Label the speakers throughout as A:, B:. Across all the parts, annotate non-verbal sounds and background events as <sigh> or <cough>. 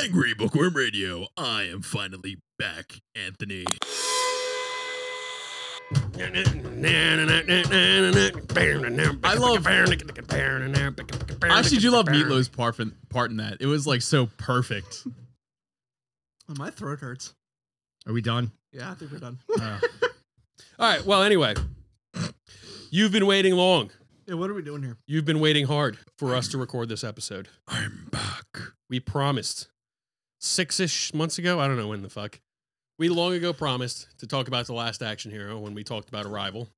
A: Angry Bookworm Radio. I am finally back, Anthony.
B: I love-
C: I
B: I actually do love Meatloaf's part in, part in that. It was like so perfect.
D: Oh, my throat hurts.
C: Are we done?
D: Yeah, I think we're done.
B: All right. Well, anyway, you've been waiting long.
D: yeah, what are we doing here?
B: You've been waiting hard for us to record this episode.
A: I'm back.
B: We promised six ish months ago. I don't know when the fuck. We long ago promised to talk about the last action hero when we talked about Arrival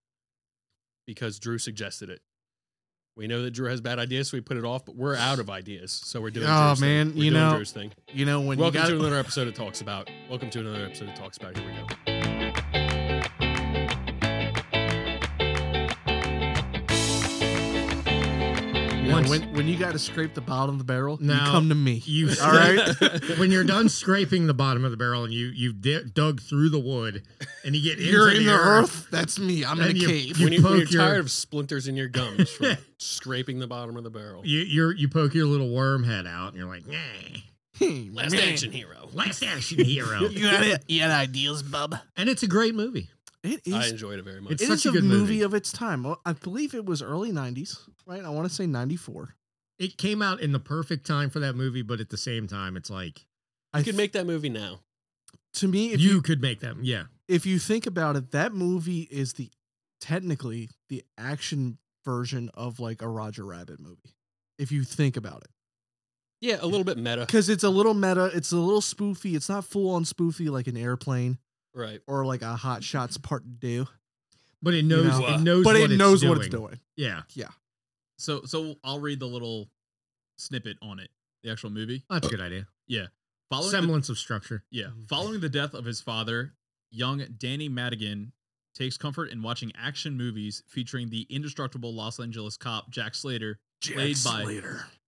B: because Drew suggested it. We know that Drew has bad ideas, so we put it off, but we're out of ideas. So we're doing
C: Oh,
B: Drew's thing.
C: man,
B: We're
C: you
B: doing
C: know-
B: Drew's thing.
C: You know when
B: Welcome
C: you
B: to
C: got
B: another episode of Talks About. Welcome to another episode of Talks About. Here we go.
D: You know,
C: Once-
D: when when you got to scrape the bottom of the barrel, you
C: No.
D: come to me.
C: you
D: All right.
B: <laughs>
C: when you're done scraping the bottom of the barrel and you you di- dug through the wood and you get
B: <laughs>
C: into
D: You're in the
C: earth.
D: earth. That's me. I'm in
C: And
D: a
C: you-
D: cave.
C: you-
B: when, you, when you're
C: poke your-
B: tired of splinters in your gums from <laughs> scraping the bottom of the barrel.
C: You you're, you poke your little worm head out and you're like, nah,
B: Last
D: Man.
B: action hero.
C: last action
B: <laughs>
C: hero.
D: You got it. You got ideas, bub.
C: and it's a great movie.
D: It
B: I
D: is.
B: enjoyed it very much.
D: It
C: It's
D: is
C: such a
D: a
C: good
D: movie,
C: movie.
D: of its time. Well, I believe it was early '90s, right? I want to say '94.
C: It came out in the perfect time for that movie, but at the same time, it's like
D: I
B: you could make that movie now.
D: to me if you,
C: you could make that. Yeah,
D: if you think about it, that movie is the technically the action version of like a Roger Rabbit movie. If you think about it,
B: Yeah, a little bit meta.
D: because it's a little meta, it's a little spoofy. It's not full on spoofy like an airplane
B: Right.
D: or like a Hot Shots Part Two,
C: but it knows
D: know,
C: it knows,
D: but
C: what
D: it
C: it's
D: knows
C: doing.
D: what it's doing.
C: Yeah,
A: So, so I'll read the little snippet on it. The actual movie.
C: that's a good idea.
A: Following the-
C: Semblance of structure.
A: Yeah. Following the death of his father, young Danny Madigan takes comfort in watching action movies featuring the indestructible Los Angeles cop Jack Slater, played by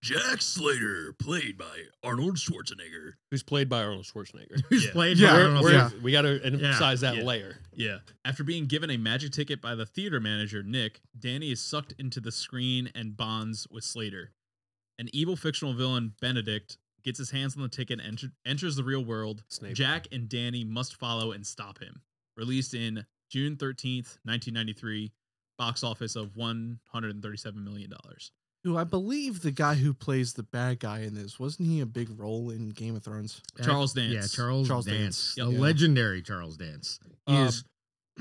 A: Jack Slater, played by Arnold Schwarzenegger.
B: Who's played by Arnold Schwarzenegger.
C: Who's
A: Yeah.
C: played
D: Yeah.
C: by
B: We're-
C: Arnold
B: we're-
D: yeah.
B: We got to emphasize that
A: Yeah.
B: layer.
A: Yeah. After being given a magic ticket by the theater manager, Nick, Danny is sucked into the screen and bonds with Slater. An evil fictional villain, Benedict, gets his hands on the ticket and enter- enters the real world.
B: Snape.
A: Jack and Danny must follow and stop him. Released in June 13th, 1993, box office of $137 million.
D: Who I believe the guy who plays the bad guy in this wasn't he a big role in Game of Thrones?
A: Charles Dance.
C: Yeah, Charles,
D: Charles
C: Dance,
D: Dance.
C: the
A: Yep. Yeah.
C: legendary Charles Dance. He
B: Um,
C: is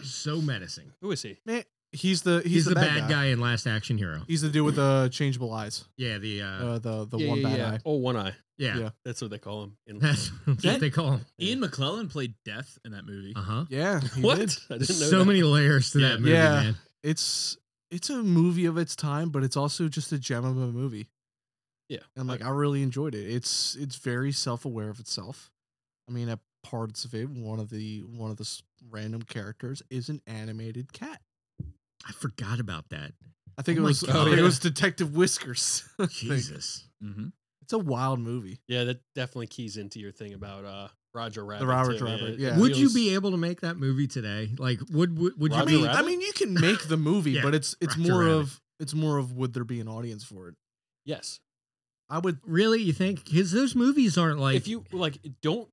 C: so menacing.
B: Who is he?
D: Man, he's the he's,
C: He's, the, bad guy. in Last Action Hero.
D: He's the dude with the changeable eyes,
C: yeah, the uh,
D: uh, the the
B: Yeah,
D: one
B: yeah,
D: bad
B: yeah.
D: eye.
B: Oh, one eye.
C: yeah.
D: yeah.
B: That's what they call him.
C: <laughs>
B: In-
C: That's what
A: That-
C: they call him.
A: Ian McClellan played Death in that movie.
C: Uh huh.
D: Yeah, he
B: what?
D: did.
B: I didn't know.
C: So
B: that.
C: many layers to
A: Yeah.
C: that movie,
D: Yeah.
C: man.
D: it's it's a movie of its time, but it's also just a gem of a movie.
B: Yeah.
D: And like I really enjoyed it. It's it's very self aware of itself. I mean, at parts of it, one of the one of the s- random characters is an animated cat.
C: I forgot about
D: <laughs>
C: that.
D: I think
C: Oh
D: it
C: my
D: was I
C: God.
D: think
B: Yeah.
C: <laughs>
D: it was Detective Whiskers. <laughs> I think.
C: Jesus.
A: Mm-hmm.
D: it's a wild movie.
B: Yeah, that definitely keys into your thing about uh, Roger Rabbit.
D: Robert
B: too, man.
D: Rabbit,
B: It
D: yeah.
C: Would you
B: feels-
C: be able to make that movie today? Like, would would, would you
B: Roger
D: I mean,
C: be?
B: Rabbit?
D: I mean, you
C: <laughs>
D: can make the movie,
C: Yeah,
D: but it's it's
C: Roger
D: more
C: Rabbit.
D: of it's more of would there be an audience for it?
B: Yes.
D: I would.
C: Really, you think? Because those movies aren't like.
B: if you like, don't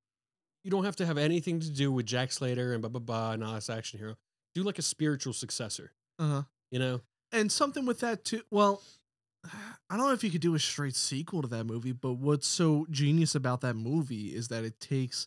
B: you don't have to have anything to do with Jack Slater and blah blah blah and all this action hero. Do like a spiritual successor.
D: Uh
C: Uh-huh.
D: huh.
B: You know,
D: and something with that too. Well, I don't know if you could do a straight sequel to that movie, but what's so genius about that movie is that it takes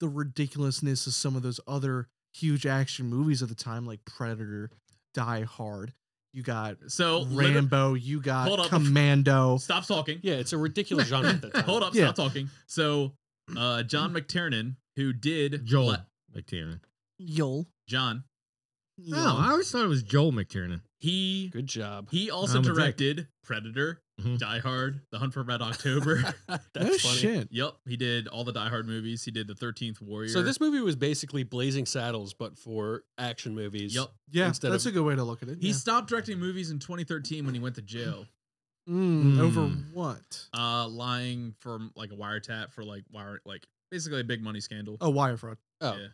D: the ridiculousness of some of those other huge action movies of the time, like Predator, Die Hard. You got
B: Oh,
A: So, liter-
D: Rambo. You
A: Hold up.
D: got Commando.
A: stop talking.
B: yeah, it's a ridiculous genre at
A: <laughs>
B: that time.
A: Hold
D: <laughs>
A: up,
D: Yeah.
A: stop talking. So, uh, John McTiernan, who did
C: Joel
A: La-
C: McTiernan.
D: Yo.
A: John,
C: No, Oh, I always thought it was Joel McTiernan.
A: he
B: Good
A: <laughs>
B: job.
A: he also
C: I'm a dick.
A: directed Predator,
D: Mm-hmm.
C: Mhm.
A: Die Hard, The Hunt for Red October.
B: <laughs>
A: <laughs>
B: That's
D: no shit.
A: yep, he did all the Die Hard movies. He did the Thirteenth Warrior.
B: So this movie was basically Blazing Saddles, but for action movies.
A: yep,
D: Yeah,
B: Instead
D: that's a
B: of-
D: good way to look at it.
A: he
D: yeah.
A: stopped directing movies in 2013 when he went to jail,
D: Mm, over
B: Hmm.
C: Mm.
D: what?
A: uh, lying for like a wiretap for like wire like basically a big money scandal.
D: Oh, wire fraud.
B: Oh,
A: Yeah.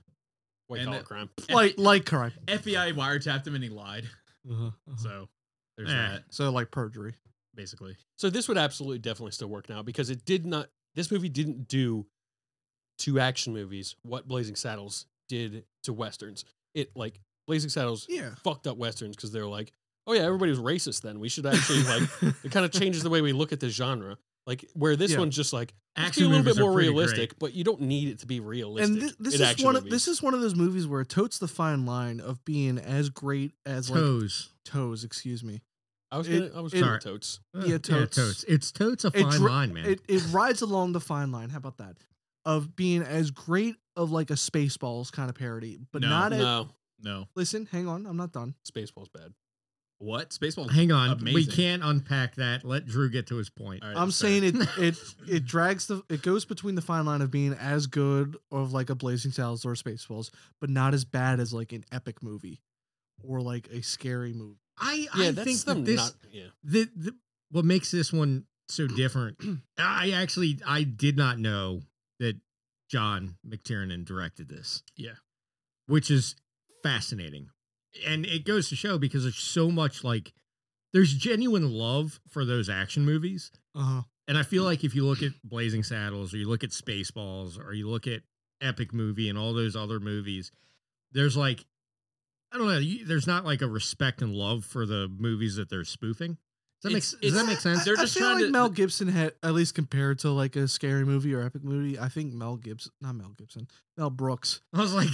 B: white
A: And
B: collar
A: that-
B: crime.
D: Like, like crime.
A: FBI wiretapped him and he lied.
B: Uh-huh,
A: So there's
C: Eh.
A: that
D: So, like perjury.
A: basically.
B: So this would absolutely definitely still work now because it did not. This movie didn't do to action movies what Blazing Saddles did to westerns. It like Blazing Saddles
D: <laughs> Yeah.
B: fucked up westerns because they're like, oh yeah, everybody was racist then.
D: <laughs>
B: We should actually like it kind of changes the way we look at this genre. Like where this
D: Yeah.
B: one's just like let's
C: Action
B: be a little
C: movies
B: bit
C: are
B: more
C: pretty
B: realistic,
C: great.
B: but you don't need it to be realistic.
D: and thi- this
B: in
D: is
B: action
D: one of
B: movies.
D: this is one of those movies where it totes the fine line of being as great as like
C: Toes.
D: toes. Excuse me.
B: I was gonna,
D: it-
B: I was
D: it-
B: gonna
C: Sorry.
B: totes.
C: Uh,
D: Yeah, totes.
C: It's totes a
D: It
C: fine
D: dri-
C: line, man.
D: It it rides along the fine line. How about that? Of being as great of like a Spaceballs kind of parody, but
A: No,
D: not. At,
B: No,
A: No.
D: listen, hang on. I'm not done.
B: Spaceball's bad.
A: What? Spaceballs.
C: Hang on, we
A: Amazing.
C: can't unpack that. Let Drew get to his point.
A: All right,
D: I'm
A: that's fair.
D: saying it it it drags the it goes between the fine line of being as good of like a Blazing Saddles or Spaceballs, but not as bad as like an epic movie or like a scary movie.
C: I,
B: Yeah,
C: I
B: that's
C: think
B: the
C: that this
B: not. Yeah,
C: the, the what makes this one so different. I actually I did not know that John McTiernan directed this.
A: Yeah.
C: which is fascinating, and it goes to show because there's so much like there's genuine love for those action movies.
D: Uh huh.
C: And I feel like if you look at Blazing Saddles or you look at Spaceballs or you look at Epic Movie and all those other movies, there's like, I don't know, you, there's not like a respect and love for the movies that they're spoofing. Does that,
A: It's-
C: make, does that
A: it's-
C: make sense?
A: they're
D: I
A: just
D: feel
A: trying
D: like
A: to-
D: Mel Gibson had at least compared to like a scary movie or epic movie. I think Mel Gibson, not Mel Gibson, Mel Brooks.
C: I was like,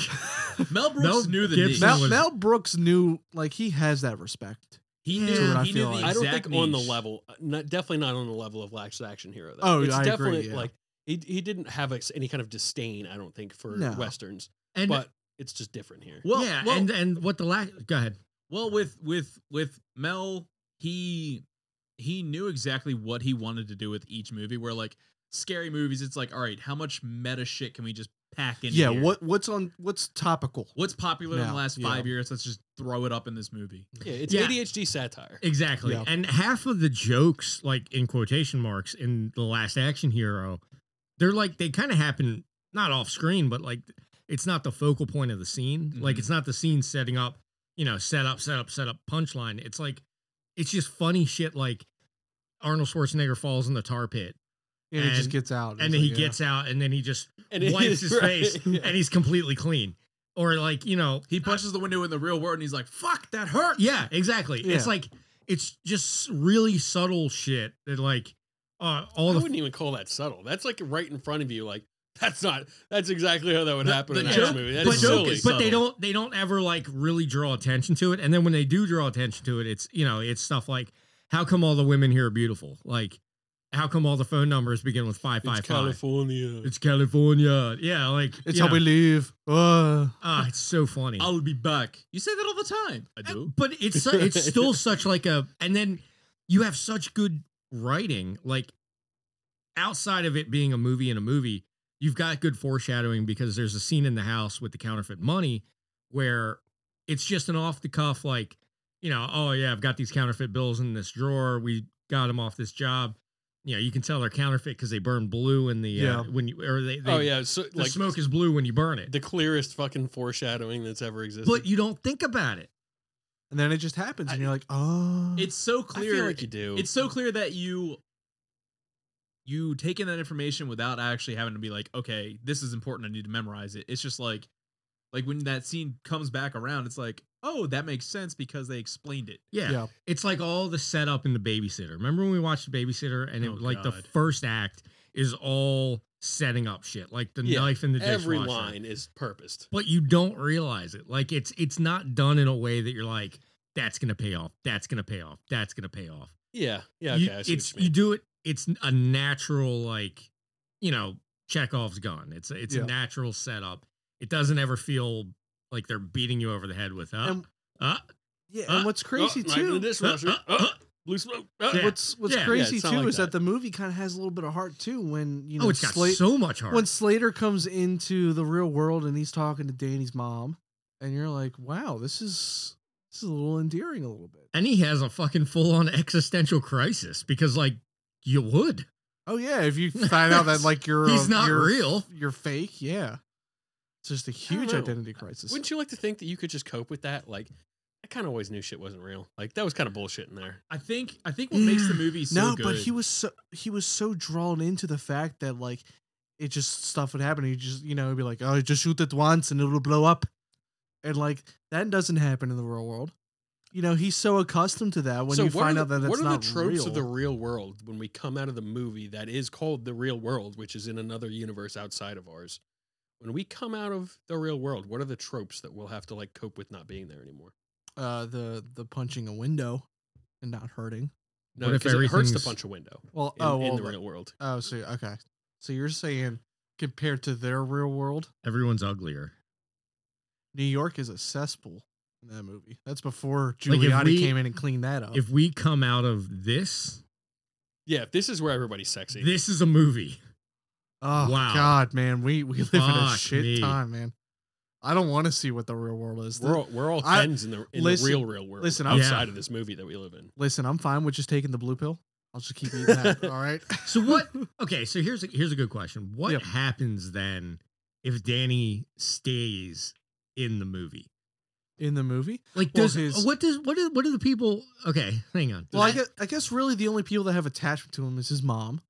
A: Mel Brooks
C: Mel
A: knew the
C: Gibson-
A: niche.
D: Mel,
C: was-
D: Mel Brooks knew like he has that respect.
A: <laughs>
C: <laughs>
A: He
C: Yeah.
A: knew.
C: That's what I
A: he knew
D: feel
A: the
D: like.
B: I don't
A: exact
B: think on the
A: niche.
B: level. uh, Not definitely not on the level of Last Action Hero. Though.
D: Oh,
B: it's
D: I agree,
B: definitely
D: yeah.
B: like he he didn't have a, any kind of disdain. I don't think for
D: No.
B: westerns,
C: and
B: but it's just different here.
A: Well,
C: yeah,
A: well,
C: and and what the last, go ahead.
A: well, with with with Mel, he he knew exactly what he wanted to do with each movie. Where like scary movies, it's like, all right, how much meta shit can we just pack in?
D: yeah.
A: here?
D: What what's on what's topical?
A: what's popular in the
D: Now,
A: last
D: yeah.
A: five years? Let's just throw it up in this movie.
B: Yeah, it's
C: Yeah.
B: ADHD satire.
C: Exactly.
D: Yeah.
C: And half of the jokes, like in quotation marks, in The Last Action Hero, they're like, they kind of happen not off screen, but like it's not the focal point of the scene. Like
D: Mm-hmm.
A: Mhm.
C: it's not the scene setting up, you know, set up, set up, set up, punchline. It's like, it's just funny shit like Arnold Schwarzenegger falls in the tar pit
D: And, he just
C: And-
D: gets out.
C: and
D: It's
C: then he
D: like, yeah.
C: gets out and then he
D: <laughs>
C: just
B: And it
C: wipes
B: is, <laughs>
C: his
B: right,
C: face
B: yeah.
C: and he's completely clean. Or like, you know,
A: He punches the window in the real world, and he's like, "Fuck, that hurt."
C: Yeah, exactly.
D: Yeah.
C: It's like it's just really subtle shit that like uh, all
B: I
C: the
B: wouldn't even call that subtle. That's like right in front of you. Like that's not. That's exactly how that would
A: The-
B: happen
A: the
B: in a
A: joke-
B: movie.
A: the
B: That's
C: but,
A: joke
B: silly.
A: is-
C: but they
A: subtle.
C: don't they don't ever like really draw attention to it. And then when they do draw attention to it, it's you know it's stuff like how come all the women here are beautiful? Like how come all the phone numbers begin with five
B: it's
C: five five?
B: California.
C: It's California. Yeah, like
D: It's
C: you
D: how we
C: know.
D: live. Uh,
C: Ah, it's so funny.
A: I'll be back. You say that all the time. I
C: Uh,
A: do.
C: But it's su- it's still
B: <laughs>
C: such like a and then you have such good writing like outside of it being a movie in a movie, you've got good foreshadowing because there's a scene in the house with the counterfeit money where it's just an off the cuff like, you know, oh yeah, I've got these counterfeit bills in this drawer. We got them off this job. You know, you can tell they're counterfeit because they burn blue in the
D: Yeah.
C: uh, when you or they, they
B: oh yeah, so,
C: the
B: like
C: smoke is blue when you burn it.
B: the clearest fucking foreshadowing that's ever existed.
C: But you don't think about it.
D: and then it just happens, and
A: I-
D: you're like, oh,
A: It's so clear.
B: I feel like you do.
A: it's so clear that you you take in that information without actually having to be like okay this is important i need to memorize it it's just like like when that scene comes back around it's like oh that makes sense because they explained it
C: Yeah.
D: yeah.
C: it's like all the setup in the babysitter. Remember when we watched the babysitter and it
A: Oh,
C: like
A: God.
C: the first act is all setting up shit, like the
B: Yeah,
C: knife and the dishwasher.
B: every line is purposed.
C: But you don't realize it. Like it's it's not done in a way that you're like, that's gonna pay off, that's gonna pay off, that's gonna pay off.
B: Yeah, yeah.
C: You-
B: Okay, I see
C: it's
B: what you mean.
C: do it, it's a natural like, you know, Chekhov's gun. It's it's
D: Yeah.
C: a natural setup. It doesn't ever feel like they're beating you over the head with uh,
D: And-
C: uh,
D: yeah.
C: Uh,
D: and what's crazy
B: oh, knife in
D: too?
B: the dishwasher.
C: uh, uh,
B: Oh, blue smoke. Oh,
C: Yeah.
D: What's what's
C: Yeah. Yeah,
D: crazy
B: it's not
D: too
B: like
D: is that.
B: that.
D: the movie kind of has a little bit of heart too when you know
C: Oh, it's got
D: Slate-
C: so much heart.
D: when Slater comes into the real world and he's talking to Danny's mom, and you're like, wow, this is this is a little endearing a little bit.
C: And he has a fucking full on existential crisis because, like, you would.
D: Oh yeah, if <laughs> you find out that like you're
C: He's
D: a-
C: not
D: you're,
C: real.
D: you're fake. Yeah, it's just a
B: don't
D: huge
B: know.
D: identity crisis.
B: Wouldn't you like to think that you could just cope with that? Like, I kind of always knew shit wasn't real. Like that was kind of bullshit in there.
A: i think i think what makes the
C: Yeah.
A: movie so
D: no,
A: good
D: but he was so he was so drawn into the fact that like it just stuff would happen. You just you know it'd be like oh just shoot it once and it'll blow up, and like that doesn't happen in the real world. You know he's so accustomed to that when
B: so
D: you
B: what
D: find
B: are
D: out
B: the,
D: that that's
B: what are
D: not
B: the tropes
D: real.
B: of the real world when we come out of the movie that is called the real world, which is in another universe outside of ours? When we come out of the real world, what are the tropes that we'll have to like cope with not being there anymore?
D: uh, the the punching a window and not hurting.
B: No,
C: What if
B: because it hurts to
C: everything's-
B: punch a window
D: Well,
B: in,
D: oh,
B: in
D: well,
B: the
D: the-
B: real world.
D: oh, so okay. So you're saying compared to their real world,
C: Everyone's uglier.
D: New York is a cesspool in that movie. That's before
C: Like,
D: Giuliani
C: if we-
D: came in and cleaned that up.
C: If we come out of this,
B: Yeah, if this is where everybody's sexy.
C: this is a movie.
D: oh
C: wow.
D: God, man, we we live in a
C: Fuck
D: shit
C: me.
D: time, man. I don't want to see what the real world is.
B: we're all, we're all
D: I-
B: tens in the in
D: listen-
B: the real real world.
D: listen, I'm-
B: outside
C: Yeah.
B: of this movie that we live in.
D: Listen, I'm fine with just taking the blue pill. I'll just keep eating
C: <laughs>
D: that. all right.
C: So
D: <laughs>
C: what? Okay, so here's a, here's a good question. What
D: Yep.
C: happens then if Danny stays in the movie?
D: In the movie,
C: Like,
D: Well,
C: does
D: his-
C: what does what do what do the people? Okay, hang on.
D: well, I guess, I guess really the only people that have attachment to him is his mom,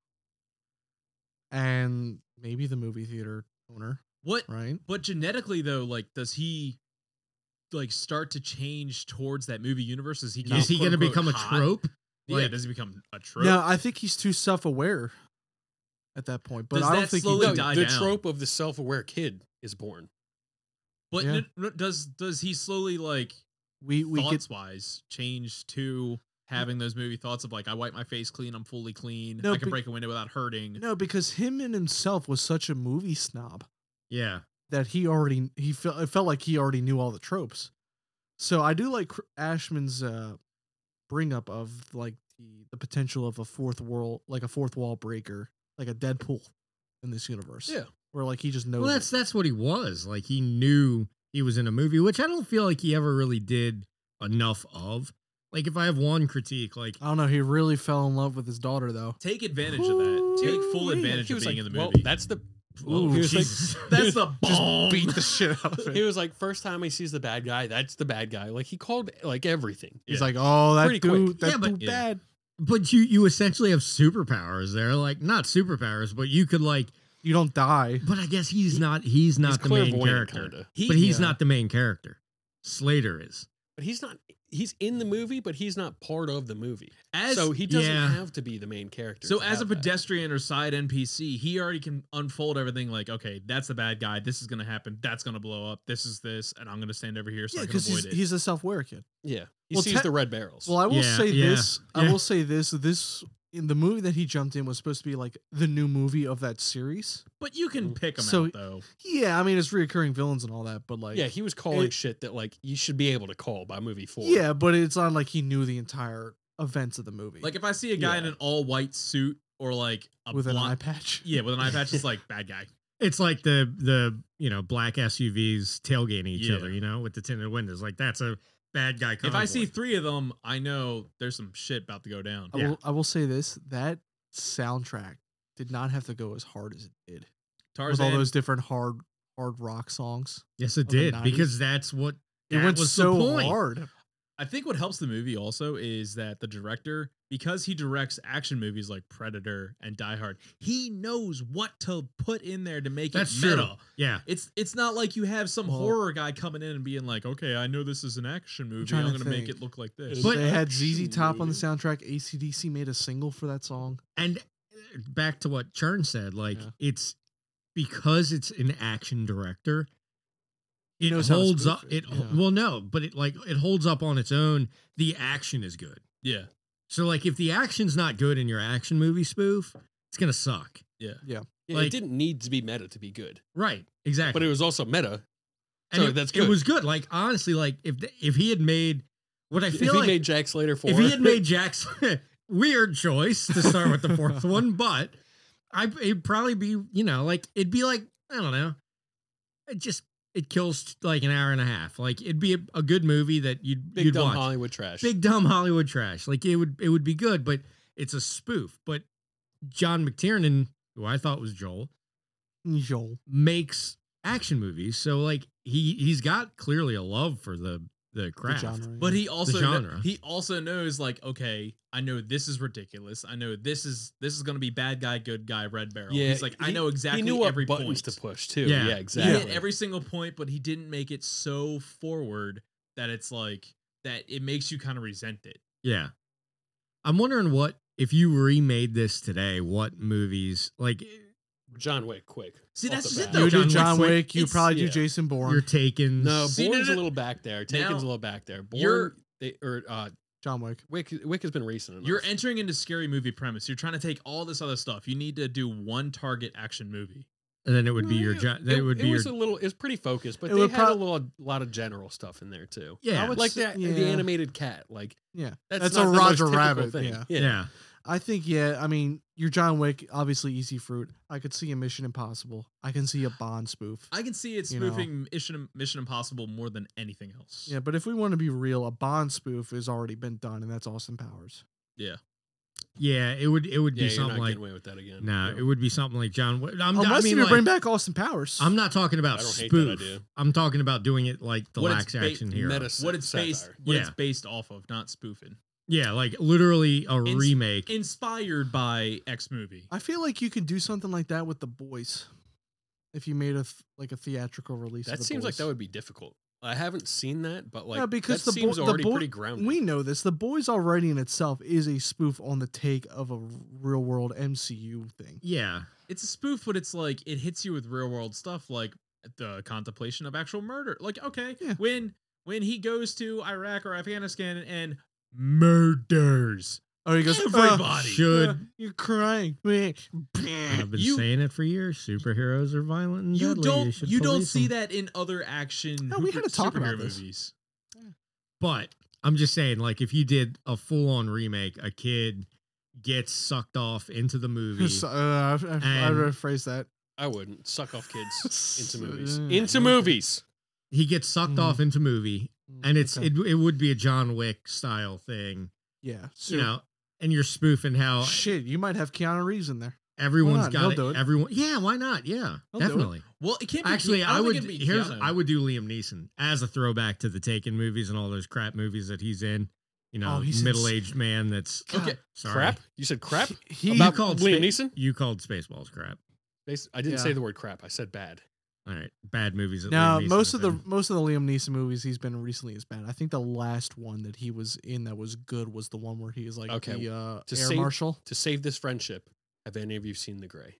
D: and maybe the movie theater owner,
A: What
D: right?
A: But genetically, though, like, does he like start to change towards that movie universe? Is he
B: No.
C: is he
A: quote,
C: going to
A: unquote,
C: become a
A: hot?
C: trope?
A: yeah,
C: Like-
A: does he become a trope?
D: No, I think he's too self-aware at that point. But
A: Does
D: I don't
A: that
D: think
A: slowly
D: he,
B: No,
A: die
B: the
A: down.
B: trope of the self-aware kid is born.
A: but
D: yeah.
A: n- n- does does he slowly like
D: we we get
A: thoughts wise change to having those movie thoughts of like I wipe my face clean, I'm fully clean,
D: No,
A: I can
D: be-
A: break a window without hurting.
D: No, because him in himself was such a movie snob
C: Yeah,
D: that he already he felt it felt like he already knew all the tropes. So I do like Cr- Ashman's uh bring up of like the the potential of a fourth world like a fourth wall breaker, like a Deadpool in this universe.
B: Yeah.
D: Where like he just knows
C: well,
D: it.
C: that's that's what he was. Like he knew he was in a movie, which I don't feel like he ever really did enough of. Like if I have one critique, like
D: I don't know, he really fell in love with his daughter though.
A: Take advantage of that. Take full
B: Ooh-wee.
A: advantage
B: He
A: of
B: was
A: being
B: like,
A: in the
B: "Well,
A: movie.
B: that's the
C: whoa,
B: he was like-
C: oh, Jesus.
A: <laughs>
C: <laughs>
A: that's the bomb.
D: Just <laughs> beat the shit out of
B: He
D: it.
B: was like, first time he sees the bad guy, that's the bad guy. Like he called like everything.
D: He's
A: Yeah.
D: like, oh, that
B: Pretty
D: dude,
B: quick.
D: that
C: Yeah, but-
D: dude
A: Yeah.
D: bad.
C: but you you essentially have superpowers there. Like not superpowers, but you could like.
D: You don't die.
C: But I guess he's not. He's not the main
B: clairvoyant,
C: character.
B: kinda.
A: He-
C: But he's
D: Yeah.
C: not the main character. Slater is.
B: But he's not. He's in the movie, but he's not part of the movie.
A: as
B: so he doesn't
C: yeah.
B: have to be the main character.
A: So
B: to
A: as a
B: have that.
A: pedestrian or side NPC, he already can unfold everything like, okay, that's the bad guy. This is gonna happen. That's gonna blow up. This is this, and I'm gonna stand over here so
D: Yeah,
A: I can
D: because
A: avoid
D: he's,
A: it.
D: he's a self-aware kid.
B: yeah, he
D: Well,
B: sees
D: te-
B: the red barrels.
D: Well, I will
C: Yeah,
D: say
C: yeah,
D: this. I
C: yeah.
D: will say this. This in the movie that he jumped in was supposed to be like the new movie of that series.
A: but you can pick him
D: So-
A: out though.
D: Yeah, I mean it's reoccurring villains and all that, but like
B: yeah, he was calling
D: it-
B: shit that like you should be able to call by movie four.
D: yeah, but it's not like he knew the entire events of the movie.
A: Like if I see a guy in
B: Yeah.
A: an all white suit or like a
D: with an eye
A: blonde,
D: patch.
A: yeah, with an eye patch, it's like bad guy.
C: It's like the the you know black SUVs tailgating each
A: Yeah.
C: other. You know with the tinted windows. Like that's a bad guy.
A: If I
C: convoy.
A: see three of them, I know there's some shit about to go down.
D: I will I will say this, that soundtrack did not have to go as hard as it did. With
A: Tarzan,
D: all those different hard hard rock songs.
C: yes, it
D: of the
C: did
D: 90s.
C: because that's what
D: It
C: That
D: went
C: was the
D: so
C: point.
D: hard.
A: I think what helps the movie also is that the director, because he directs action movies like Predator and Die Hard, he knows what to put in there to make
C: that's
A: it
C: true.
A: meta.
C: Yeah,
A: It's it's not like you have some
D: Well-
A: horror guy coming in and being like, okay, I know this is an action movie.
D: trying
A: I'm
D: to
A: gonna make
D: think.
A: it look like this.
C: But-
D: they had ZZ Top on the
B: Shoot.
D: soundtrack. ACDC made a single for that song.
C: and uh, back to what Chern said. Like
D: Yeah.
C: it's because it's an action director. It
D: knows how to
C: holds
D: spoof
C: up. It
D: it, yeah.
C: well, no, but it like it holds up on its own. The action is good.
A: yeah,
C: So like if the action's not good in your action movie spoof, it's gonna suck.
B: Yeah, it
C: like-
B: didn't need to be meta to be good,
C: Right. Exactly.
B: but it was also meta.
C: and
B: so
C: it,
B: that's
C: It
B: good.
C: was good. Like honestly, like if th- if he had made what I
B: If
C: feel
B: he
C: like
B: made Jack Slater four,
C: if he had made Jack's <laughs> weird choice to start with the fourth
B: <laughs>
C: one, but I it'd probably be you know like it'd be like I don't know, it just it kills like an hour and a half. Like it'd be a, a good movie that you'd
B: big
C: you'd
B: dumb
C: watch.
B: Hollywood trash,
C: big dumb Hollywood trash. Like it would it would be good, but it's a spoof. But John McTiernan, who I thought was Joel,
D: Yo.
C: makes action movies. So like he he's got clearly a love for the the craft.
D: genre,
A: But
D: yeah.
A: he also kn-
C: genre.
A: he also knows like okay, I know this is ridiculous. I know this is this is gonna be bad guy, good guy, red barrel. he's like I
B: he-
A: know exactly
B: he knew what
A: every
B: buttons
A: point.
B: to push too.
C: Yeah.
B: Yeah,
A: He
B: exactly.
A: hit every single point, but he didn't make it so forward that it's like that it makes you kind of resent it.
C: Yeah. I'm wondering what if you remade this today, what movies like
B: John Wick, quick.
A: See,
B: Off the
A: that's just it,
B: bat.
A: though.
D: you do
C: John
D: John
C: Wick's-
D: Wick. You
A: it's-
D: probably do
B: yeah.
D: Jason Bourne.
C: you're taking
B: No,
A: See,
B: Bourne's
A: no,
B: a
A: no.
B: little back there. Taken's
A: Now-
B: a little back there. Bourne,
A: You're-
B: they, or uh,
D: John Wick.
B: Wick, Wick has been recent. Enough.
A: You're entering into scary movie premise. You're trying to take all this other stuff. You need to do one target action movie.
C: and then it would be
B: No,
C: your
B: it-
C: jo- that
B: it,
C: would
B: it
C: be your
B: was a little. It's pretty focused, but
D: It
B: they
D: would
B: had a
D: prob-
B: little, lot of general stuff in there too.
C: yeah,
D: I would
B: Like
D: say-
B: that, the
D: yeah.
B: animated cat. Like
D: Yeah.
B: that's,
D: That's
B: not
D: a
B: the most
D: Roger
B: typical
D: Rabbit,
B: Thing.
D: yeah.
C: yeah.
D: I think yeah. I mean, you're John Wick. Obviously, easy fruit. I could see a Mission Impossible. I can see a Bond spoof.
A: I can see it
D: You know.
A: spoofing Mission Mission Impossible more than anything else.
D: Yeah, but if we want to be real, a Bond spoof has already been done, and that's Austin Powers.
C: Yeah, it would it would
B: Yeah,
C: be
B: you're not
C: something
B: getting
C: like
B: away with that again.
C: no,
B: Yeah.
C: it would be something like John. Wick.
B: Oh,
C: I'm, I
D: Unless
C: mean,
D: you
C: like,
D: bring back Austin Powers.
C: I'm not talking about
B: I don't hate that
C: spoof.
B: idea.
C: I'm talking about doing it like the
A: What it's
C: lax
A: ba-
C: action hero.
B: meta s-
A: What it's based
B: Satire.
A: what it's
C: Yeah.
A: based off of, not spoofing.
C: yeah, like literally a
A: Ins-
C: remake.
A: Inspired by X movie.
D: I feel like you could do something like that with the boys, if you made a th- like a theatrical release. of
B: That
D: The
B: seems like
D: Boys.
B: that would be difficult. I haven't seen that, but like
D: No, because
B: that
D: the
B: seems
D: boy- the
B: already
D: boy-
B: pretty grounded.
D: We know this. The boys already in itself is a spoof on the take of a real world MCU thing.
C: yeah,
A: It's a spoof, but it's like it hits you with real world stuff like the contemplation of actual murder. Like, okay,
D: Yeah.
A: when when he goes to Iraq or Afghanistan and murders
D: Oh, he goes,
A: everybody.
C: should
B: <laughs>
D: "Uh, you're crying.
C: I've been
A: You-
C: saying it for years. Superheroes are violent and
A: you
C: deadly.
A: don't
C: You,
A: you,
C: should
A: don't
C: police
A: see
C: them.
A: that in other action
D: No, we
A: hooper-
D: had to talk
A: superhero
D: about this.
A: movies.
C: But I'm just saying, like, if you did a full on remake, a kid gets sucked off into the movie.
D: So, uh, I, I, I
C: And-
D: rephrase that.
B: I wouldn't suck off
D: <laughs>
B: kids into movies.
D: Mm,
B: Into
D: okay.
B: movies.
C: he gets sucked
D: Mhm.
A: Mm-hmm.
C: off into movie, and it's
D: Mm, Okay.
C: it, it would be a John Wick style thing,
D: yeah.
C: you know. And you're spoofing how
D: shit. You might have Keanu Reeves in there.
C: everyone's
D: not? He'll
C: got
D: do
C: it.
D: it.
C: Everyone, yeah, why not? Yeah,
D: He'll do it.
C: definitely.
A: Well, it can't be
C: Actually,
A: I,
C: I,
A: don't
C: would.
A: think it'd be
C: Here's
A: Keanu.
C: I would do Liam Neeson as a throwback to the Taken movies and all those crap movies that he's in. You know,
D: Oh, he's in
C: middle aged man. That's
A: Okay,
D: God,
C: sorry.
B: Crap. You
D: <laughs>
B: said crap.
D: He,
C: you
B: About
C: called
B: Liam
C: Spa-
B: Neeson?
C: You called Spaceballs crap.
B: Bas- I didn't
D: Yeah.
B: say the word crap. I said bad.
C: All right, bad movies. that
D: now
C: Liam Neeson
D: most of
C: was
D: the
C: in.
D: most of the Liam Neeson movies he's been in recently is bad. I think the last one that he was in that was good was the one where he is like
B: Okay,
D: the uh,
B: to
D: air
B: save-
D: marshal.
B: To save this friendship, have any of you seen The Gray?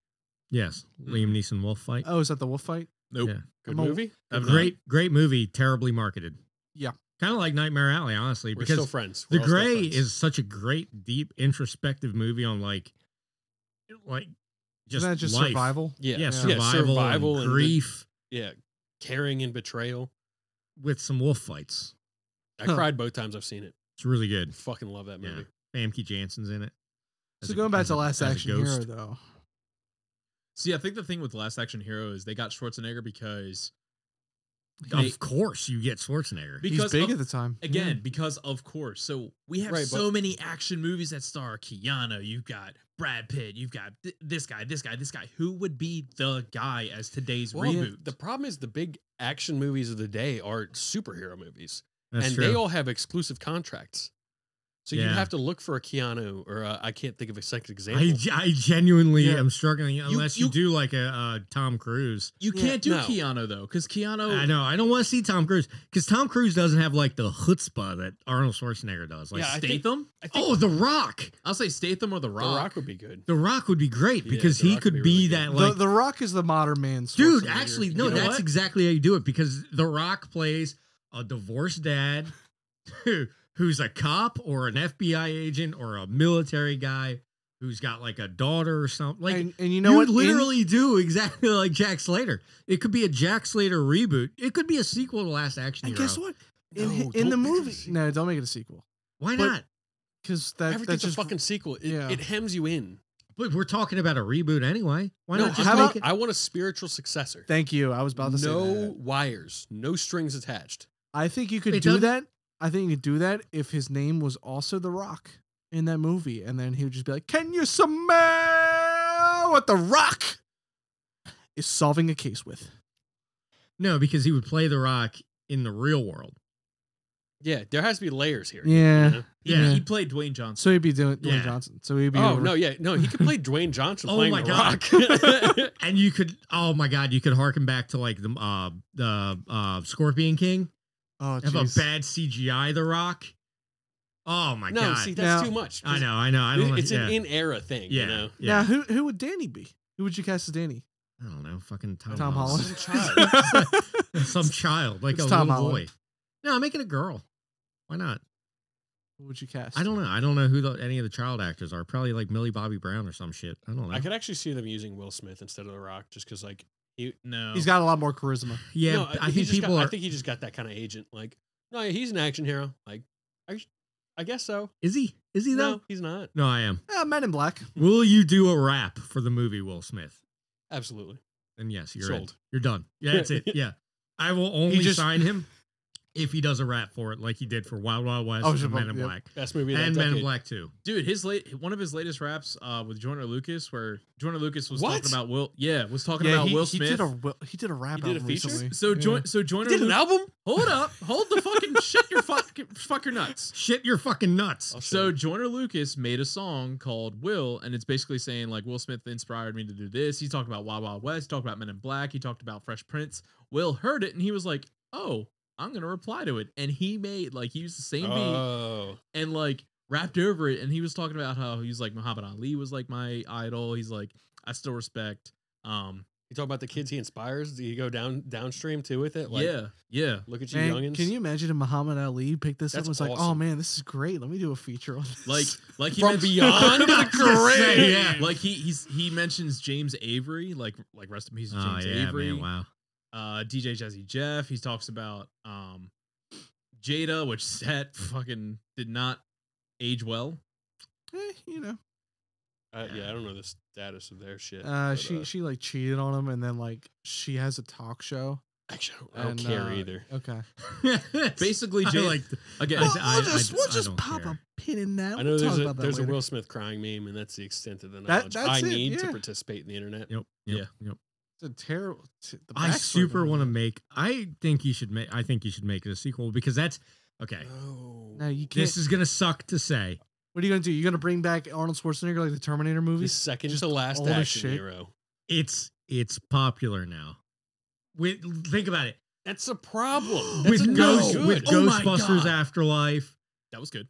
C: yes, Liam Neeson wolf fight.
D: Mm-hmm. Oh, is that the wolf fight?
A: Nope.
C: Yeah.
B: Good
D: I'm a-
B: movie.
A: I'm not.
C: great, great movie. Terribly marketed.
D: Yeah.
C: kind of like Nightmare Alley, honestly,
B: We're
C: because
B: still friends.
C: The
B: We're all still
C: Gray
B: friends.
C: is such a great, deep, introspective movie on like, like, just
D: Isn't that just
C: life.
D: survival?
B: yeah,
C: Yeah, survival,
B: survival
C: and
B: and the-
C: grief
B: yeah, caring and betrayal.
C: with some wolf fights.
B: I
D: Huh.
B: cried both times I've seen it.
C: It's really good.
B: Fucking love that
C: Yeah.
B: movie.
C: Famke Janssen's in it. As
D: So
C: a-
D: going back
C: as
D: to
C: a-
D: Last
C: as a
D: Action
C: ghost.
D: Hero though,
A: See, I think the thing with Last Action Hero is they got Schwarzenegger because They-
C: Of course, you get Schwarzenegger.
A: Be- Because
D: he's big
A: of-
D: at the time.
A: again because of course. So we have
B: Right,
A: so many action movies that star Keanu. You've got Brad Pitt. You've got th- this guy, this guy, this guy. Who would be the guy as today's
B: Well, the-
A: reboot?
B: The problem is the big action movies of the day are superhero movies,
C: That's
B: and
C: true.
B: they all have exclusive contracts. So
C: Yeah.
B: you'd have to look for a Keanu, or uh, I I can't think of a second example.
C: I, ge- I genuinely
D: Yeah.
C: am struggling unless you,
A: you-
C: do like a uh, Tom Cruise.
A: you
D: Yeah,
A: can't do
B: no.
A: Keanu though, because Keanu.
D: Oh.
C: I know I don't want to see Tom Cruise because Tom Cruise doesn't have like the chutzpah that Arnold Schwarzenegger does. Like,
B: Yeah, I think-
A: Statham.
B: I think
C: oh, The Rock.
A: I'll say Statham or The
B: The
A: Rock.
B: Rock would be good.
C: The Rock would be great
B: Yeah,
C: because
B: The
C: he
B: Rock
C: could
B: would
C: be
B: be really
C: that
D: The,
C: like
D: the Rock is the modern man.
C: dude.
D: Schwarzenegger.
C: Actually,
D: You
C: no,
D: know
C: that's
D: what?
C: exactly how you do it because The Rock plays a divorced dad <laughs> who, who's a cop or an FBI agent or a military guy who's got like a daughter or something. Like
D: and, and you
C: you
D: know what? In-
C: literally do exactly <laughs> like Jack Slater. It could be a Jack Slater reboot. It could be a sequel to Last Action
D: and
C: Hero.
D: guess what? In, in
B: No,
D: the
B: don't make it a
D: movie,
B: sequel.
D: no, don't make it a sequel
C: Why
D: But-
C: not?
D: because that that's
B: Everything's a
D: just
B: fucking sequel. It,
D: yeah.
B: it hems you in.
C: But we're talking about a reboot anyway. Why
B: No,
C: not
B: I
C: just
D: how
B: want-
C: make it?
B: I want a spiritual successor.
D: Thank you. I was about to
B: no
D: say that.
B: wires, no strings attached.
D: I think you could
C: It
D: do
C: does-
D: that. I think you could do that if his name was also The Rock in that movie, and then he would just be like, "Can you smell what The Rock is solving a case with?"
C: No, because he would play The Rock in the real world.
B: Yeah, there has to be layers here.
D: Yeah.
B: you know?
A: He,
C: Yeah.
A: he played Dwayne Johnson.
D: So he'd be doing Dwayne
C: Yeah.
D: Johnson. So he'd be.
B: Oh
D: over-
B: no, yeah, no, he could play Dwayne Johnson
C: Oh
B: playing
C: my
B: the
C: God.
B: Rock.
C: <laughs>
B: <laughs>
C: And you could, oh my God, you could harken back to like the uh, the uh, Scorpion King.
D: Oh,
C: Have
D: jeez.
C: a bad CGI The Rock. Oh my
B: no,
C: God.
B: see, that's
D: Now-
B: too much.
C: I know, I know, I don't.
B: it's
C: yeah.
B: an in era thing,
C: yeah,
B: you know.
C: yeah.
D: Now, who who would Danny be? Who would you cast as Danny?
C: I don't know, fucking Tom,
D: Tom Holland.
B: Some child.
C: <laughs>
D: <laughs>
C: some child, like
D: It's
C: a
D: Tom
C: little
D: Holland.
C: boy. No, make it a girl. Why not?
D: Who would you cast?
C: I don't know. I don't know who the, any of the child actors are. Probably like Millie Bobby Brown or some shit. I don't know.
B: I could actually see them using Will Smith instead of The Rock, just because like
A: No,
D: He's got a lot more charisma.
C: yeah,
B: no,
C: but I
B: he
C: think
B: just got-
C: people are.
B: I think he just got that kind of agent. Like, no, he's an action hero. Like, I, I guess so.
C: is he? Is he
B: No,
C: though?
B: he's not.
C: No, I am.
D: Uh, Men in Black.
C: <laughs> Will you do a rap for the movie Will Smith?
B: Absolutely.
C: Then yes, you're
B: Sold.
C: in. You're
B: <laughs>
C: done. Yeah, that's it. Yeah, I will only
B: just-
C: sign him if he does a rap for it, like he did for Wild Wild West
D: I was
C: and
D: about-
C: Men in
D: yeah.
C: Black
B: Best movie of that
C: and Men in
B: decade.
C: Black Two.
A: dude. His late one of his latest raps uh, with Joyner Lucas, where Joyner Lucas was
B: What?
A: talking about Will. Yeah, was talking
D: yeah,
A: about
D: he,
A: Will
D: he
A: Smith.
D: did a Will- he did a rap
B: He did a
D: album
B: feature?
D: recently.
A: so
D: Yeah.
A: join so Joyner.
B: He did an
D: <laughs>
A: Lucas-
B: album.
A: Hold up, hold the fucking shut your fuck fuck your nuts.
D: <laughs>
C: Shit, you're fucking nuts.
B: I'll show
A: So
B: you.
A: Joyner Lucas made a song called Will, and it's basically saying like Will Smith inspired me to do this. He talked about Wild Wild West, talked about Men in Black, he talked about Fresh Prince. Will heard it and he was like, "Oh, I'm gonna reply to it." And he made like he used the same beat
B: oh,
A: and like rapped over it. And he was talking about how he's like Muhammad Ali was like my idol. He's like I still respect. Um,
B: you talk about the kids he inspires. Do you go down downstream too with it? Like,
A: yeah, yeah.
B: Look at you,
D: Man,
B: youngins.
D: can you imagine if Muhammad Ali picked this up and
B: That's
D: was like, "Oh
B: awesome.
D: man, this is great. Let me do a feature on this."
A: Like, like he
B: From
A: mentioned- <laughs>
C: <laughs>
B: beyond the grave.
C: Yeah.
A: Like he he's he mentions James Avery, like like rest in peace, to
C: Oh
A: James
C: yeah,
A: Avery.
C: man! Wow.
A: uh, DJ Jazzy Jeff. He talks about um, Jada, which <laughs> that fucking did not
C: <laughs>
A: age well.
D: <laughs> Eh, you know,
B: Uh, yeah, I don't know the status of their shit.
D: uh,
B: but,
D: she she like cheated on him, and then like she has a talk show.
B: actually, I
D: and,
B: don't, I don't care
D: uh,
B: either.
D: Okay,
A: Basically,
C: I
A: Jada.
C: like
A: again,
C: I-
D: well,
C: I-
D: we'll just
C: I-
D: we'll
C: I
D: just
C: don't
D: pop
C: care.
D: a pin in that.
B: I know
D: We'll
B: there's
D: talk
B: a
D: about that
B: there's a
D: later.
B: Will Smith crying meme, and that's the extent of the
D: That-
B: knowledge I
D: that's it,
B: need to
D: yeah.
B: participate in the internet.
C: Yep.
A: Yeah.
C: Yep. Yep.
D: It's a terrible. t- the
C: I
D: backstory
C: super
D: behind
C: want to
D: it.
C: make. I think you should make. I think you should make it a sequel because that's okay.
B: No.
D: No, you can't.
C: This is gonna suck to say.
D: what are you gonna do? You're gonna bring back Arnold Schwarzenegger like the Terminator
B: the
D: movies?
B: second
D: Just
B: to last
D: old as
B: action
D: shit.
B: hero.
C: It's it's popular now. With think about it.
B: That's
C: <gasps>
B: a problem. That's
C: With
B: not
C: Ghost
B: good.
C: with
A: Oh my
C: Ghostbusters
A: God.
C: Afterlife.
A: that was good.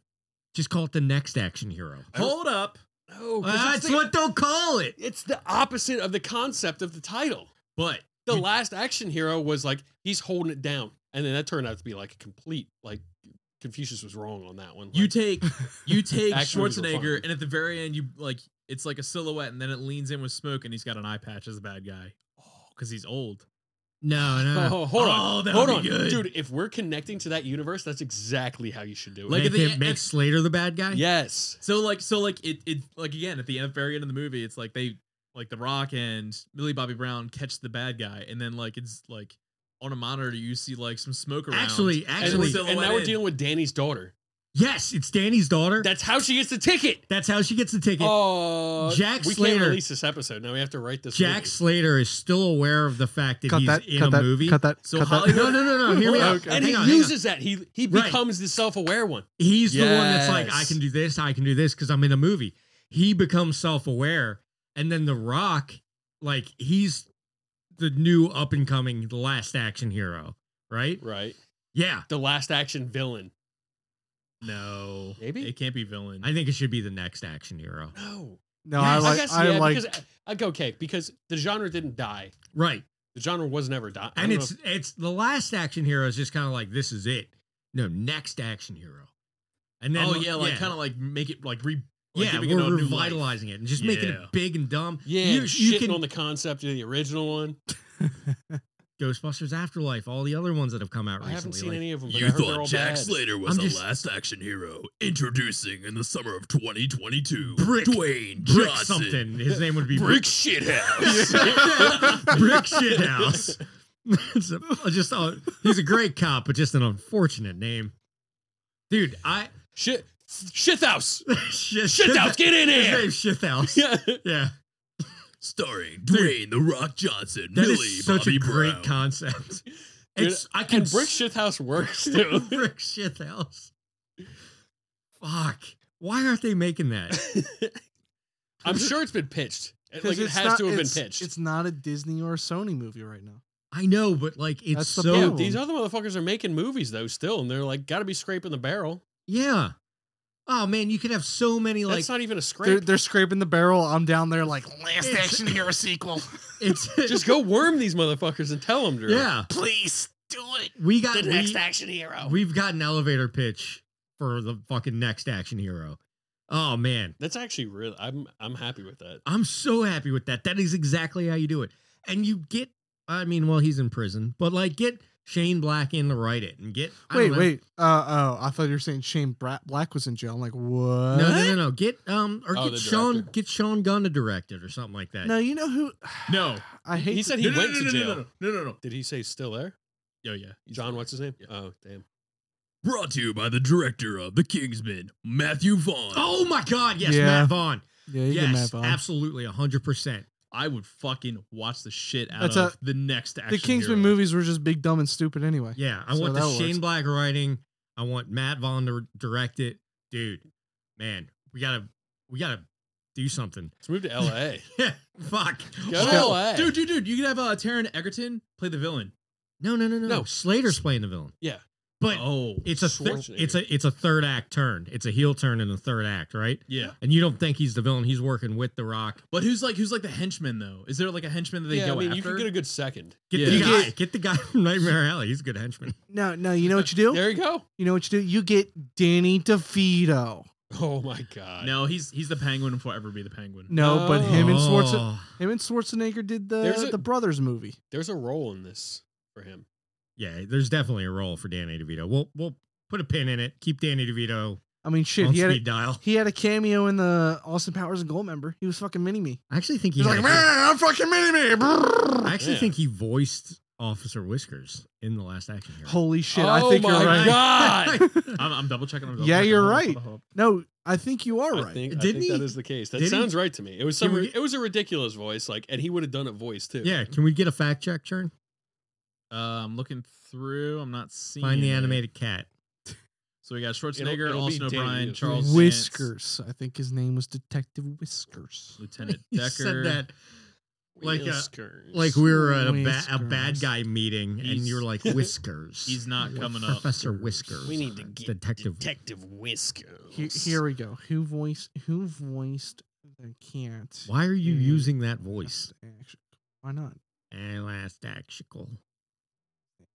C: Just call it the next action hero.
B: I don't-
A: Hold up,
B: No, 'cause
C: That's
B: it's, the,
C: what they'll call it.
B: it's the opposite of the concept of the title.
A: but
B: The
A: You-
B: last action hero was like he's holding it down, and then that turned out to be like a complete like Confucius was wrong on that one.
A: you
B: Like,
A: take you take
B: Action movies were
A: Schwarzenegger,
B: fun.
A: and at the very end, you like it's like a silhouette, and then it leans in with smoke, and he's got an eye patch as a bad guy. Oh, because he's old.
C: No, no. no.
B: Oh, hold on,
A: Oh, that
B: hold
A: would
B: on,
A: be good.
B: dude. If we're connecting to that universe, that's exactly how you should do it.
A: Like
C: Like
A: at
C: make,
A: the
C: it-
A: end-
C: make Slater the bad guy.
B: yes,
A: So like so like it it like again at the end, very end of the movie, it's like they like The Rock and Millie Bobby Brown catch the bad guy, and then like it's like on a monitor you see like some smoke around.
C: Actually,
B: and,
C: actually,
B: we're- and now we're dealing with Danny's daughter.
C: yes. It's Danny's daughter.
B: That's how she gets the ticket.
C: That's how she gets the ticket.
B: Oh,
C: Jack
B: we can't
C: Slater-
B: release this episode. Now we have to write this.
C: Jack
B: movie.
C: Slater is still aware of the fact that
D: Cut
C: he's
D: that.
C: in
D: cut
C: a
D: that.
C: movie. Oh,
D: Cut that.
A: So
D: cut that.
C: <laughs>
A: Hollywood-
C: No, no, no, no. Hear me out.
D: Okay.
B: and
C: Hang
B: he
C: on, hang on.
B: uses that. He he
C: Right.
B: becomes the self-aware one.
C: He's the one that's like, I
B: Yes.
C: can do this, I can do this because I'm in a movie. He becomes self aware. And then The Rock, like, he's the new up and coming last action hero, right?
B: Right.
C: Yeah.
B: The last action villain.
A: no,
B: Maybe?
A: it can't be villain.
C: I think it should be the next action hero. <gasps>
D: No,
B: No.
C: Yes.
D: I
C: I
D: like.
B: guess
D: I
B: yeah,
D: like.
B: because I, I okay, because the genre didn't die.
C: Right.
B: The genre was never die. I
C: And
B: don't know
C: it's it's the last action hero is just kind of like, this is it. No, next action hero. And then
A: oh yeah, like kind of like make it like re like
C: yeah,
A: giving it a
C: we're
A: new life.
C: revitalizing it and just making it
A: Yeah.
C: big and dumb.
B: if- yeah,
C: you,
B: and
C: you
B: shitting
C: can
B: on the concept of the original one.
C: Ghostbusters Afterlife, all the other ones that have come out
B: I
C: recently.
B: haven't seen
C: like-
B: any of them. But I heard they're all bad.
C: was I'm the just-
A: last action hero? Introducing in the summer of 2022,
C: Brick-
A: Dwayne
C: Brick something. His name
B: <laughs>
C: would be Brick,
B: shithouse.
C: Brick Shithouse. <laughs> It's a- just uh, he's a great cop, but just an unfortunate name, dude.
B: <laughs>
C: I
B: Shit. Shithouse.
C: shit,
B: Shithouse. Get in
C: His
B: here.
C: name's Shithouse.
B: <laughs> Yeah.
C: Yeah,
A: starring
C: Dwayne
A: the Rock Johnson,
B: <laughs>
C: that is such a great concept.
B: Dude,
C: It's I can
B: And Brick
C: s- <laughs>
B: Shithouse works too.
C: brick shit house. Fuck. Why aren't they making
B: <laughs>
C: that?
B: I'm sure it's been pitched. It-
D: 'Cause
B: Like it
D: it's
B: has
D: not-
B: to have been
D: it's-
B: pitched.
D: It's not a Disney or a Sony movie right now.
C: I know, but like it's
D: That's the
C: so
B: Dude,
D: problem.
B: these other motherfuckers are making movies though still, and they're like gotta be scraping the barrel.
C: yeah. Oh man, you could have so many like <laughs>
B: That's not even a scrape.
D: They're, they're scraping the barrel. I'm down there like last
C: It's-
D: action hero sequel.
C: it's
B: <laughs> Just go worm these motherfuckers and tell them, Drew.
C: <laughs> yeah.
D: Please do it.
C: We got we,
B: action hero.
C: we've got an elevator pitch for the fucking next action hero. Oh man,
B: That's actually really. I'm I'm happy with that.
C: I'm so happy with that. That is exactly how you do it. And you get, I mean, well, he's in prison, but like get Shane Black in to write it and get. I don't
D: Wait,
C: know.
D: wait. Uh, oh, I thought you were saying Shane Bra- Black was in jail. I'm like,
C: No,
D: what?
C: no, no, no. Get um or
B: Oh, the
C: get Sean
B: director.
C: get Sean Gunn to direct it or something like that.
D: <sighs> No, you know who?
A: No.
D: I hate.
B: He said he
A: No, no,
B: went
A: no,
B: to
A: no,
B: jail.
A: No, no, no, no, no.
B: Did he say still there?
A: Yeah, yeah. he's
B: John,
A: fine.
B: what's his name?
A: Yeah.
B: Oh, damn.
A: Brought to you by the director of The Kingsman, Matthew Vaughn.
C: Oh my God! Yes,
D: Yeah.
C: Matt Vaughn.
D: yeah, you get mad,
C: Yes,
D: Bob.
C: absolutely, hundred percent.
A: I would fucking watch the shit out
D: That's
A: of
D: a-
A: the next action.
D: The Kingsman
A: hero.
D: movies were just big, dumb, and stupid anyway.
C: Yeah, I
D: So
C: want the
D: that
C: Shane
D: works.
C: Black writing. I want Matt Vaughn to direct it, dude. Man, we gotta we gotta do something. <laughs>
B: Let's move to L.A.
C: Yeah, fuck.
B: Go to
C: Oh,
B: L.A.
A: Dude, dude, dude, you could have uh, Taron Egerton play the villain.
C: no, no, no, no,
B: No.
C: no. Slater's playing the villain.
B: Yeah.
C: but
A: oh,
C: it's a thi-
B: Schwarzenegger.
C: it's a it's a third act turn. It's a heel turn in the third act, right?
A: yeah.
C: And you don't think he's the villain? He's working with the Rock.
A: But who's like who's like the henchman though? Is there like a henchman that they
B: yeah,
A: go
B: I mean, you
A: after?
B: could get a good second.
C: Get
A: Yeah.
C: the
A: You
C: guy.
D: get-
C: get the guy from Nightmare Alley. He's a good henchman.
D: No, no. You know what you do?
B: There you go.
D: You know what you do? You get Danny DeVito.
B: Oh my god.
A: no, he's he's the penguin and forever be the penguin.
D: No, but him and Schwarzenegger,
C: Oh.
D: him and Schwarzenegger did
B: There's
D: the
B: a-
D: the brothers movie.
B: There's a role in this for him.
C: Yeah, there's definitely a role for Danny DeVito. We'll we'll put a pin in it. Keep Danny DeVito
D: I mean, shit.
C: on
D: He had a,
C: speed
D: <laughs>
C: dial.
D: he had a cameo in the Austin Powers and Gold member. He was fucking mini me.
C: I actually think he.
D: He's
C: had
D: like,
C: a-
D: man, I'm fucking mini me.
C: I actually
B: Yeah.
C: think he voiced Officer Whiskers in the last action hero.
D: Holy shit!
B: oh
D: I think
B: my
D: you're right. <laughs>
B: <laughs> god.
A: I'm, I'm double checking. I'm double
D: Yeah,
A: checking.
D: you're
A: Hold on,
D: right.
A: hold on, hold
D: No, I think you are
B: I
D: right.
B: think, I
C: Didn't
B: think that
C: he?
B: is the case. That
C: Did he?
B: sounds right to me. It was some.
C: Can we
B: ri-
C: get-
B: it was a ridiculous voice, like, and he would have done a voice too.
C: Yeah, can we get a fact check, Churn?
A: on. Uh, I'm looking through. I'm not seeing.
C: Find the
A: it.
C: animated cat.
A: So we got Schwarzenegger,
B: It'll- it'll be
A: Austin
B: Danny
A: O'Brien,
B: DeVito.
A: Charles Dance,
D: Whiskers. I think his name was Detective Whiskers.
A: Lieutenant
C: You
A: Decker.
C: said that like a-
B: Whiskers.
C: like we were at a, ba- a bad
D: Whiskers.
C: guy meeting, and
A: He's-
C: you're like Whiskers.
A: <laughs> He's not coming up.
C: Professor Whiskers.
B: We need to
C: uh,
B: get
C: detective.
B: Detective Whiskers.
D: Here, here we go. Who voiced? Who voiced the cat?
C: Why are you
D: Yeah.
C: using that voice?
D: Action. Why not?
C: And last action. All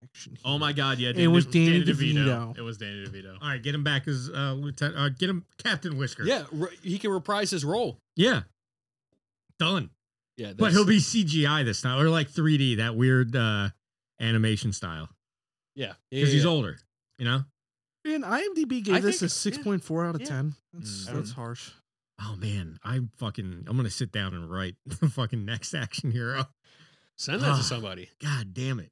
D: Action.
A: Oh my
D: hero.
A: God! Yeah,
D: was
A: De-
D: Danny DeVito.
A: It was Danny DeVito.
C: right, get him back as uh, lieutenant. Uh, get him Captain Whiskers.
B: Yeah, ri- he can reprise his role.
C: yeah, done.
B: Yeah,
C: But
B: that's-
C: he'll be CGI this time, or like 3D, that weird uh, animation style.
B: yeah
C: Because he's
B: yeah.
C: older, you know.
D: And IMDb gave
B: I
D: this
B: think-
D: a six point four out of
B: yeah.
D: ten. That's
A: Mm.
D: that's harsh.
C: Oh man, I'm fucking. I'm gonna sit down and write <laughs> the fucking next action hero.
B: Send that
C: Ah.
B: to somebody.
C: God damn it!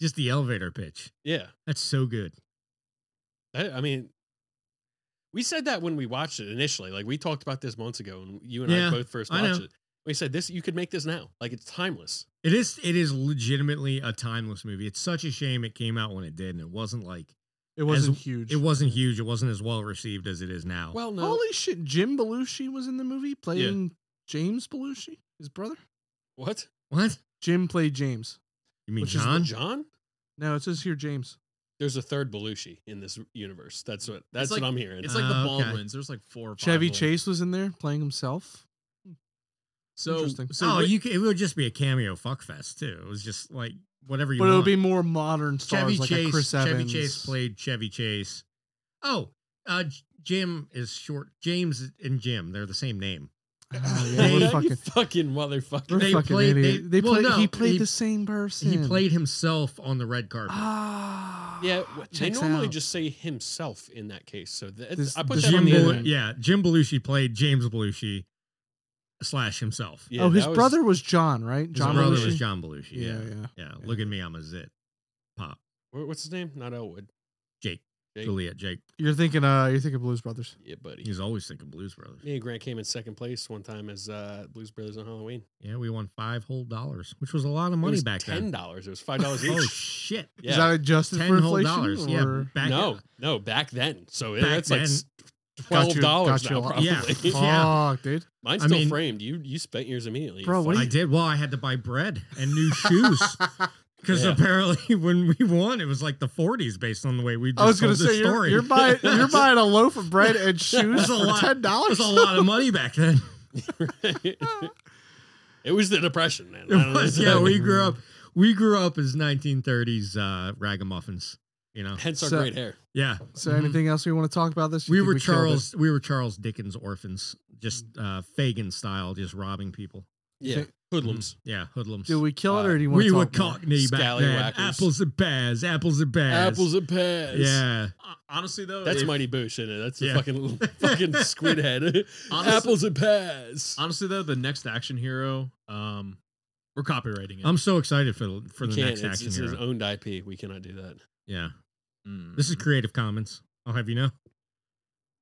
C: Just the elevator pitch.
B: Yeah,
C: That's so good.
B: I, I mean, we said that when we watched it initially. Like we talked about this months ago, and you and I
C: Yeah,
B: both first
C: I
B: watched
C: know.
B: it. We said this. You could make this now. Like it's timeless.
C: It is. It is legitimately a timeless movie. It's such a shame it came out when it did, and it wasn't like
D: It wasn't
C: As-
D: huge.
C: it wasn't huge. It wasn't as well received as it is now.
B: Well, no.
D: Holy shit! Jim Belushi was in the movie playing James Belushi, his brother.
B: what?
C: what
D: Jim played James.
C: you mean,
B: Which
C: John?
B: is John?
D: No, it says here James.
B: There's a third Belushi in this universe. That's what. That's
A: like-
B: what I'm hearing.
A: It's like the
C: Ah, okay.
A: Baldwins. There's like four. Or five
D: Uh, Chevy
A: of them.
D: Chase was in there playing himself.
A: So,
D: Interesting.
A: so
C: oh,
A: Whit-
C: you. ca- It would just be a cameo fuckfest too. It was just like whatever you.
D: Oh, But
C: want.
D: it would be more modern stars
C: Chevy
D: like a
C: Chase.
D: Chris
C: Chevy
D: Evans.
C: Chase played Chevy Chase. Oh, uh, J- Jim is short. James and Jim, they're the same name. <laughs>
D: Oh, yeah,
C: They-
D: we're
B: <laughs> You
D: fucking,
B: fucking
D: we're
B: motherfucker.
C: They
D: fucking
C: played-
D: idiots.
C: they-
D: They,
C: well,
D: played,
C: no,
D: he played
C: he-
D: the same person.
C: He played himself on the red carpet.
D: Ah, <gasps>
B: Yeah, w- they
D: checks
B: normally
D: out.
B: just say himself in that case. So that's,
D: This-
B: I put
D: this
B: that
C: Jim
B: on the
D: other
C: Belu-
B: internet.
D: one.
C: yeah, Jim Belushi played James Belushi slash himself.
B: Yeah,
D: oh, his
B: that was-
D: brother was John, right?
C: His
D: John
C: brother
D: Belushi?
C: was John Belushi. Yeah.
D: Yeah,
C: yeah,
D: yeah.
C: Look at me, I'm a zit. Pop.
B: wh- What's his name? Not Elwood.
C: Jake.
B: Jake.
C: Juliet Jake.
D: You're thinking uh you're thinking Blues Brothers.
B: Yeah, buddy.
C: He's always thinking Blues Brothers.
B: Me and Grant came in second place one time as uh, Blues Brothers on Halloween.
C: Yeah, we won five whole dollars, which was a lot of money
B: it was
C: back
B: ten
C: then.
B: dollars. It was five dollars
C: Oh
B: each.
C: shit!
B: yeah.
D: Is that adjusted
C: Ten
D: for
C: whole
D: inflation?
C: dollars. Yeah,
D: or-
C: back
B: no, no, back then. So it-
C: Back
B: that's
C: then.
B: like s-
D: Got
B: twelve
D: you-
B: dollars
D: got
B: now.
D: you a lot.
B: Probably.
C: Yeah.
D: Fuck, dude.
B: <laughs> Mine's
C: I
B: still
C: mean-
B: framed. You you spent yours immediately.
D: Bro, what
B: Fuck.
D: do
C: I did. Well, I had to buy bread and
D: <laughs>
C: new shoes because apparently <laughs> when we won, it was like the 40s based on the way we just
D: I was
C: going
D: gonna
C: to
D: say you're,
C: story. <laughs>
D: you're buying you're buying a loaf of bread and shoes
C: That's a
D: for
C: lot.
D: ten
C: it was
D: dollars.
C: a lot of money back
B: <laughs>
C: then. <laughs>
B: it was the depression, man. I
C: It
B: don't know.
C: was, <laughs> yeah, we grew up. We grew up as 1930s uh, ragamuffins. You know,
B: Hence our
D: So-
B: great hair.
C: yeah.
D: So
C: Mhm.
D: anything else we want to talk about this? You
C: we
D: think
C: were
D: killed it?
C: Charles. We were Charles Dickens orphans, just uh, Fagin style, just robbing people. Mm,
B: Yeah, hoodlums.
C: Yeah, hoodlums.
D: Did we kill it
B: Uh,
D: or do you want
C: we
D: to
C: were
D: talk more?
C: cockney back then.
B: Scallywackers.
C: Apples and pears. Apples and pears.
B: Apples and pears.
C: Mm, Yeah.
A: Uh, honestly, though,
B: That's
A: if-
B: Mighty Boosh in it. That's
C: Yeah.
B: a fucking
C: <laughs>
B: fucking squid head.
A: Honestly-
B: Apples and pears.
A: honestly though, the next action hero, um, we're copywriting it.
C: I'm so excited for the for
B: We
C: the
B: can't.
C: next
B: it's,
C: action
B: it's his
C: hero.
B: owned IP. We cannot do that.
C: Yeah,
A: Mm.
C: this is Creative Commons. I'll have you know.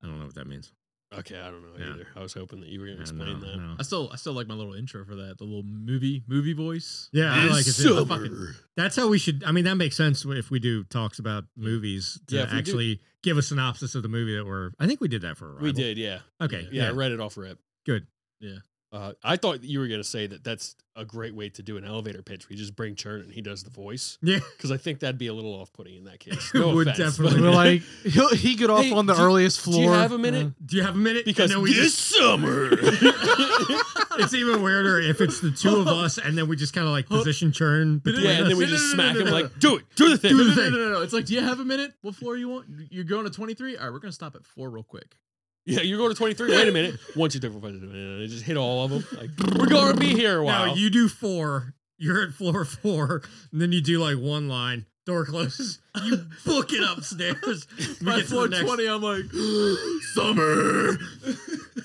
C: I don't know what that means.
B: Okay, I don't know
C: Yeah.
B: either. I was hoping that you were going
C: Yeah,
B: to explain
C: no,
B: that.
C: no.
A: I still, I still like my little intro for that. The little movie, movie voice.
C: Yeah, I
B: It's
C: like it. too. I
B: summer.
C: fucking- that's how we should. I mean, that makes sense if we do talks about movies to
B: Yeah, if we do-
C: actually give a synopsis of the movie that we're. I think we did that for a
B: we did, yeah.
C: Okay,
B: yeah.
C: yeah.
B: I read it off rip.
C: Good.
A: Yeah.
B: Uh, I thought you were going to say that that's a great way to do an elevator pitch. We just bring Churn and he does the voice
C: <laughs> Yeah,
B: because I think that'd be a little off putting
C: <laughs>
B: in that case.
C: It
B: No
C: would
B: offense,
C: definitely.
B: but-
D: We're like he'll, he get off
B: Hey,
D: on the
B: do you-
D: earliest
B: do
D: floor. Uh,
B: you have a minute?
C: Do you have a minute?
B: <laughs> Because
C: And then <laughs>
B: this summer,
C: it's even weirder if it's the two
B: <laughs> Oh.
C: of us and then we just kind of like position churn. between
B: yeah, and then
C: us.
B: we
A: No, no,
B: just
A: no, no,
B: smack
A: no,
B: him
A: no,
B: like, do it, do the thing.
C: Do
A: No,
C: the
A: no, no,
C: thing.
A: no, no, no. It's like, do you have a minute? What floor you want? You're going to 23. All right, we're gonna stop at four real quick.
B: <laughs> Yeah, you're going to 23. Wait
C: <laughs>
B: a minute. One, two, three, four, five, six, seven, eight, nine. Just hit all of them. Like, we're going to be here a while.
C: No, you do four. You're at floor four, and then you do like one line. Door closes. You book it upstairs. We
A: <laughs> By
C: get to
A: floor
C: the next-
A: 20, I'm like, <gasps> summer.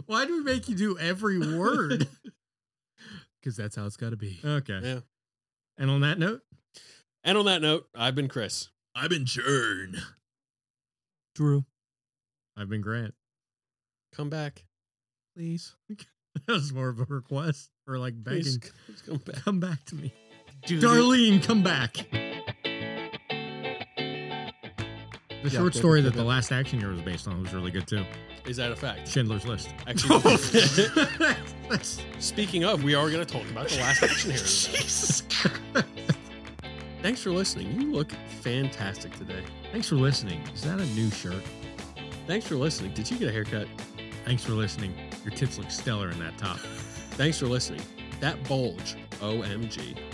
C: <laughs> Why do we make you do every
A: <laughs>
C: word?
A: Because that's how it's got to be.
C: okay.
B: Yeah.
C: And on that note,
B: and on that note, I've been Chris.
A: I've been churn.
D: Drew,
C: I've been Grant. <laughs>
B: Come back.
D: please.
C: That was more of a request for like begging.
B: Please, please come back.
C: Come back to me.
D: Dude,
C: Darlene, come back. The
D: Yeah.
C: short story that the last action hero was based on was really good too.
B: Is that
C: <laughs>
B: a fact?
C: Schindler's List.
B: Actually,
C: That's-
B: <laughs> speaking of, we are going to talk about the last action hero.
C: Jesus.
B: Thanks for listening. You look fantastic today.
C: Thanks for listening. Is that a new shirt?
B: Thanks for listening. Did you get a haircut?
C: Thanks for listening. Your tits look stellar in that top.
B: Thanks for listening. That bulge, OMG.